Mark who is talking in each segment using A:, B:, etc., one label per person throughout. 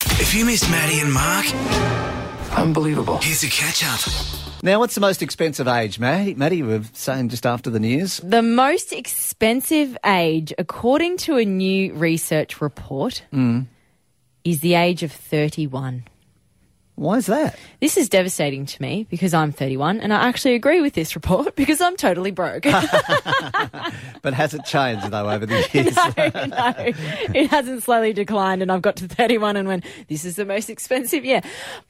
A: If you missed Maddie and Mark,
B: Unbelievable.
A: here's a catch up.
C: Now, what's the most expensive age, Maddie? Maddie, we were saying just after the news.
D: The most expensive age, according to a new research report, is the age of 31.
C: Why is that?
D: This is devastating to me because I'm 31 and I actually agree with this report because I'm totally broke. no,
C: But has it changed, though, over the years?
D: no, it hasn't slowly declined and I've got to 31 and went, this is the most expensive year.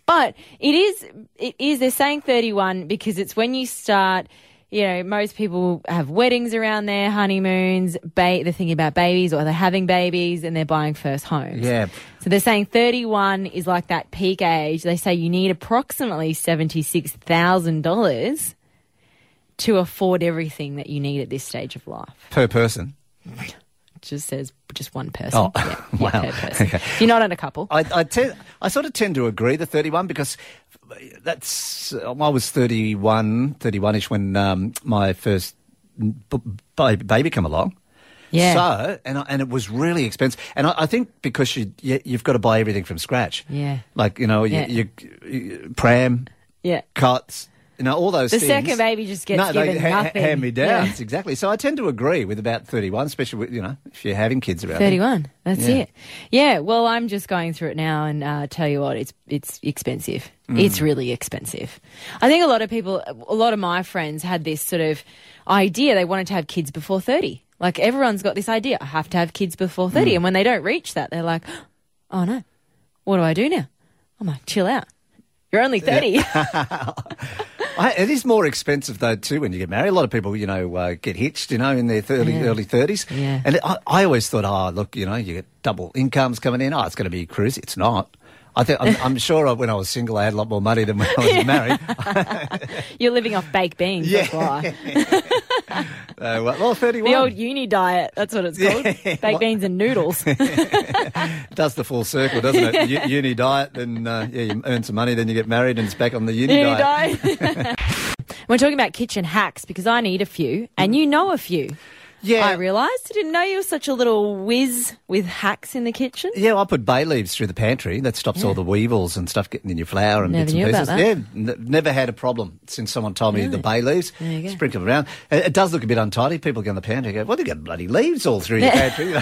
D: But it is, it is, they're saying 31 because it's when you start, you know, most people have weddings around their honeymoons, ba- they're thinking about babies or they're having babies and they're buying first homes.
C: Yeah.
D: So they're saying 31 is like that peak age. They say you need approximately $76,000 to afford everything that you need at this stage of life.
C: Per person.
D: Just says just one person.
C: Oh,
D: yeah, yeah,
C: wow.
D: per person. If You're not in a couple.
C: I, I, te- I sort of tend to agree the 31 because that's um, I was 31 31 ish when um, my first b- b- baby came along
D: Yeah.
C: so and I, and it was really expensive and I, I think because you, you you've got to buy everything from scratch
D: Yeah.
C: like you know you,
D: Yeah.
C: you, you- pram
D: yeah.
C: cuts you know all those
D: The
C: things.
D: second baby just gets
C: no,
D: given
C: they, ha-
D: nothing.
C: hand me downs
D: Yeah.
C: exactly so I tend to agree with about 31 especially with, you know if you're having kids around
D: 31. That's
C: Yeah.
D: it. Yeah. Well, I'm just going through it now and uh, tell you what, it's it's expensive.
C: Mm.
D: It's really expensive. I think a lot of people, a lot of my friends had this sort of idea they wanted to have kids before 30. Like everyone's got this idea, I have to have kids before
C: Mm.
D: 30. And when they don't reach that, they're like, oh no, what do I do now? I'm like, chill out. You're only 30.
C: I, it is more expensive though too when you get married. A lot of people, you know, uh, get hitched, you know, in their early
D: Yeah.
C: early thirties.
D: Yeah.
C: And I, I always thought, oh, look, you know, you get double incomes coming in. Oh, it's going to be a cruise. It's not. I think I'm, I'm sure I, when I was single, I had a lot more money than when I was married.
D: You're living off baked beans. That's why.
C: Uh, well, well,
D: The old
C: thirty-one
D: uni diet. That's what it's called. Baked beans and noodles.
C: does the full circle, doesn't it? U- uni diet, then uh, yeah, you earn some money, then you get married, and it's back on the uni,
D: There you go. We're talking about kitchen hacks because I need a few, and you know a few.
C: Yeah,
D: I realised I didn't know you were such a little whiz with hacks in the kitchen.
C: Yeah, I put bay leaves through the pantry. That stops all the weevils and stuff getting in your flour and
D: Never
C: bits and
D: knew about
C: pieces.
D: that.
C: Yeah, n- never had a problem since someone told me the bay leaves.
D: There you go.
C: Sprinkle them around. It, it does look a bit untidy. People go in the pantry and go, "Well, they got bloody leaves all through your pantry,"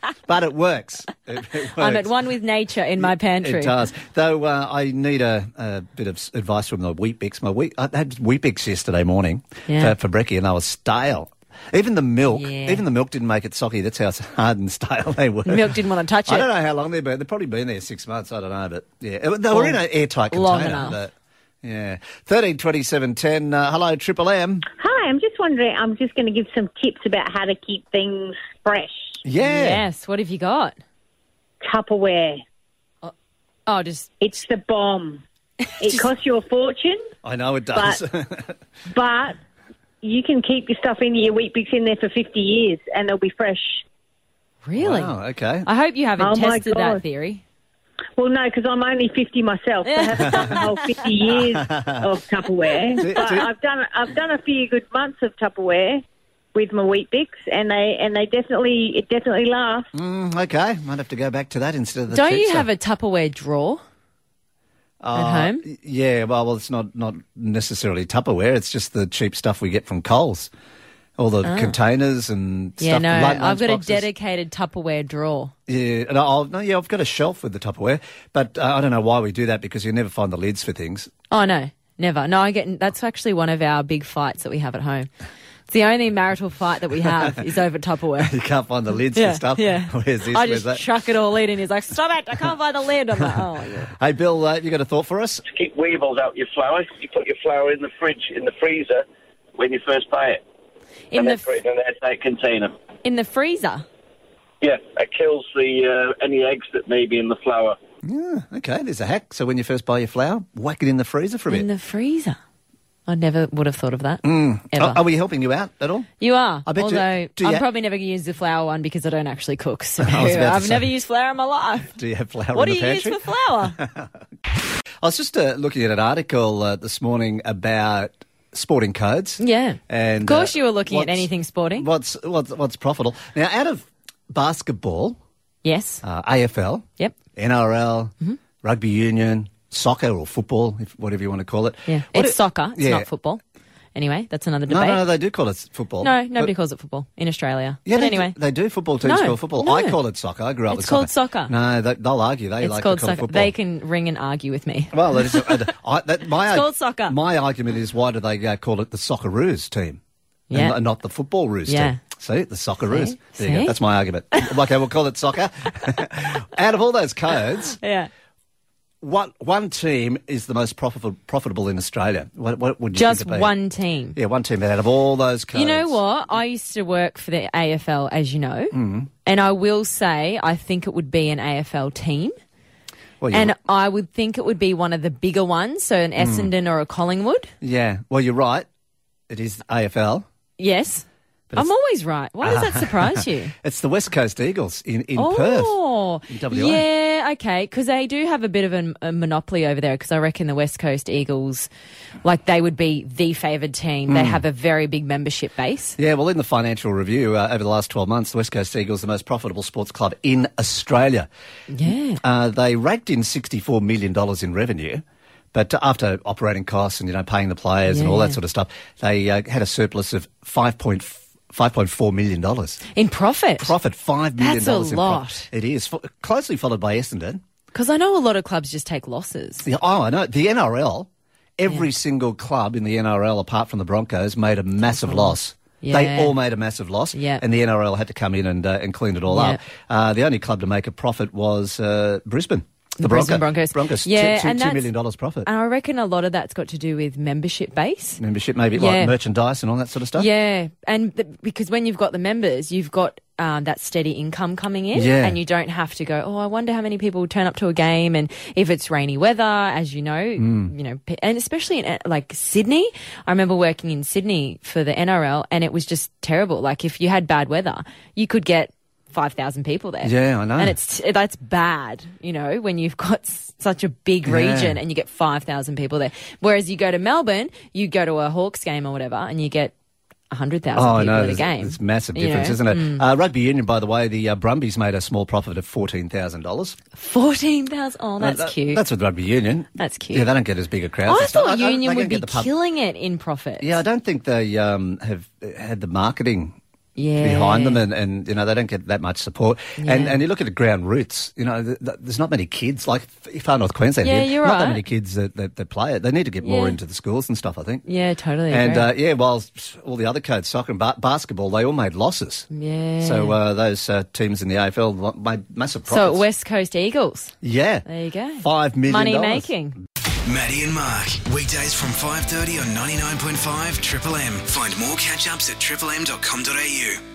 C: but it works. It, it works.
D: I'm at one with nature in my pantry.
C: It does. Though uh, I need a, a bit of s- advice from the wheat bix. My wheat, I had wheat bix yesterday morning
D: Yeah.
C: for, for brekkie, and they were stale. Even the milk,
D: Yeah.
C: even the milk didn't make it socky. That's how hard and stale they were.
D: Milk didn't want to touch it.
C: I don't know how long they've been. They've probably been there six months. I don't know, but yeah, It- they were in an airtight container.
D: long enough.
C: But, yeah, thirteen twenty-seven ten. Uh, hello, Triple M.
E: Hi, I'm just wondering. I'm just going to give some tips about how to keep things fresh.
C: Yeah,
D: Yes. What have you got?
E: Tupperware.
D: Oh, just
E: It's the bomb. It costs you a fortune,
C: I know it does. Oh,
E: but you can keep your stuff in your wheat bix in there for 50 years and they'll be fresh.
D: really.
C: oh, okay.
D: I hope you haven't
E: Oh my
D: tested that
E: God.
D: theory.
E: Well, no, because I'm only 50 myself. So I haven't done the whole 50 years of Tupperware. But
C: do-
E: I've done I've done a few good months of Tupperware with my wheat bix and they and they definitely it definitely lasts.
C: Mm, okay, might have to go back to that instead of the.
D: Don't
C: cheap
D: you
C: stuff. Uh,
D: have a Tupperware drawer at home?
C: Yeah, well, well, it's not not necessarily Tupperware. It's just the cheap stuff we get from Coles, all the containers and
D: Ah. Yeah,
C: stuff.
D: no,
C: lun-
D: I've got
C: lunchboxes.
D: a dedicated Tupperware drawer.
C: Yeah, and I'll, no, yeah, I've got a shelf with the Tupperware, but uh, I don't know why we do that because you never find the lids for things.
D: Oh no, never. No, I get that's actually one of our big fights that we have at home. It's the only marital fight that we have is over Tupperware.
C: You can't find the lids for stuff. Where's this?
D: I
C: Where's
D: just
C: that?
D: chuck it all in, and he's like, "Stop it! I can't find the lid." I'm like, "Oh, yeah.
C: hey, Bill, uh, have you got a thought for us?
F: keep weevils out your flour. You put your flour in the fridge, in the freezer, when you first buy it,
D: in
F: and
D: the
F: then put it in an airtight container.
D: in the freezer."
F: Yeah, it kills the uh, any eggs that may be in the flour.
C: Yeah, okay, there's a hack. So when you first buy your flour, whack it in the freezer for a bit.
D: In the freezer. I never would have thought of that. Ever.
C: are, are we helping you out at all?
D: you are.
C: Mm. Uh, I bet you-
D: Although
C: do you
D: I'm
C: ha-
D: probably never going to use the flour one because I don't actually cook. So
C: was about to
D: I've
C: say.
D: never used flour in my life.
C: Do you have flour
D: What do
C: in
D: you
C: the pantry?
D: use for flour?
C: I was just uh, looking at an article uh, this morning about sporting codes.
D: Yeah.
C: and
D: Of course
C: uh,
D: you were looking at
C: what's-
D: anything sporting.
C: What's what's what's profitable now? Out of basketball,
D: Yes.
C: uh, AFL,
D: Yep. Mm-hmm.
C: NRL, rugby union, soccer or football, if, whatever you want to call it.
D: Yeah.
C: What
D: it's
C: it-
D: soccer. It's
C: yeah.
D: not football. Anyway, that's another
C: No,
D: debate.
C: no, no, they do call it s- football.
D: No, nobody
C: But-
D: calls it football in Australia.
C: Yeah,
D: but
C: they
D: anyway,
C: do, they do. Football teams
D: No,
C: call it football.
D: no.
C: I call it soccer. I grew up
D: It's
C: with
D: called
C: soccer.
D: soccer.
C: No, they, they'll argue. They
D: it's
C: like
D: called
C: to call it
D: soccer.
C: football.
D: They can ring and argue with me.
C: Well, that is, uh, I, that, my,
D: It's called soccer.
C: My argument is why do they uh, call it the Socceroos team? and
D: Yeah.
C: not- not the football roos
D: Yeah.
C: team. See, the Socceroos.
D: See?
C: There you go.
D: See?
C: That's my argument. okay, we'll call it soccer. Out of all those codes,
D: Yeah.
C: what one team is the most profitable, profitable in Australia? What, what would you
D: Just
C: think it'd be?
D: one team.
C: Yeah, one team out of all those codes.
D: You know what? I used to work for the AFL, as you know,
C: Mm-hmm.
D: and I will say I think it would be an AFL team,
C: Well, you're-
D: and I would think it would be one of the bigger ones, so an Essendon or a Collingwood.
C: Mm. yeah, well, you're right. It is AFL.
D: Yes, I'm always right. Why does that surprise you?
C: It's the West Coast Eagles in, in Perth.
D: Oh,
C: In WA.
D: yeah, okay. Because they do have a bit of a, a monopoly over there. Because I reckon the West Coast Eagles, like they would be the favoured team. They have a very big membership base.
C: Yeah, well, in the financial review uh, over the last 12 months, the West Coast Eagles, the most profitable sports club in Australia.
D: Yeah.
C: Uh, they raked in $64 million in revenue, but after operating costs and, you know, paying the players and
D: Yeah,
C: all that
D: yeah.
C: sort of stuff, they uh, had a surplus of five point five point four million dollars
D: In profit.
C: profit. Five million
D: That's a
C: dollars. in profit.
D: lot.
C: It is Fo- closely followed by Essendon.
D: Because I know a lot of clubs just take losses.
C: The, oh, I know the NRL. Every single club in the NRL, apart from the Broncos, made a massive loss.
D: Oh. Yeah.
C: They all made a massive loss,
D: Yeah.
C: and the NRL had to come in and uh, and clean it all up. Uh, the only club to make a profit was uh, Brisbane, the,
D: Brisbane
C: Bronco-
D: Broncos.
C: Broncos, two-
D: Yeah,
C: two- two
D: and that's- Um,
C: million dollars profit.
D: And I reckon a lot of that's got to do with membership base.
C: Membership, maybe
D: Yeah.
C: like merchandise and all that sort of stuff.
D: Yeah. And the, because when you've got the members, you've got um, that steady income coming in.
C: Yeah.
D: And you don't have to go, oh, I wonder how many people turn up to a game. And if it's rainy weather, as you know,
C: Hmm.
D: you know, p- and especially in uh, like Sydney, I remember working in Sydney for the NRL and it was just terrible. Like if you had bad weather, you could get 5,000 people there.
C: Yeah, I know.
D: And it's that's bad, you know, when you've got s- such a big region and you get 5,000 people there. Whereas you go to Melbourne, you go to a Hawks game or whatever and you get 100,000
C: Oh, I
D: people
C: know.
D: at a
C: There's,
D: game.
C: there's massive
D: you know. Mm.
C: difference, isn't it? Uh, rugby union, by the way, the uh, Brumbies made a small profit of fourteen thousand dollars.
D: 14,000. Oh, that's
C: Uh, that-
D: cute.
C: That's with rugby union.
D: That's cute.
C: Yeah, they don't get as big a crowd.
D: I thought Union
C: they
D: would
C: don't get
D: be
C: the pub-
D: killing it in profits.
C: Yeah, I don't think they um, have uh, had the marketing
D: Yeah.
C: behind them, and, and you know they don't get that much support. And
D: Yeah.
C: and you look at the ground roots, you know, th- th- there's not many kids like f- far north Queensland.
D: Yeah,
C: here,
D: you're
C: not that
D: right.
C: many kids that, that, that play it. They need to get more
D: Yeah.
C: into the schools and stuff. I think.
D: Yeah, totally.
C: And
D: agree.
C: uh, yeah, while all the other codes, soccer and ba- basketball, they all made losses.
D: Yeah.
C: So uh, those uh, teams in the AFL lo- made massive
D: so
C: profits.
D: West Coast Eagles.
C: yeah,
D: There you go.
C: Five million
D: Money
C: dollars.
D: making.
A: Maddie and Mark. Weekdays from 5.30 on 99.5 Triple M. Find more catch-ups at triplem.com.au.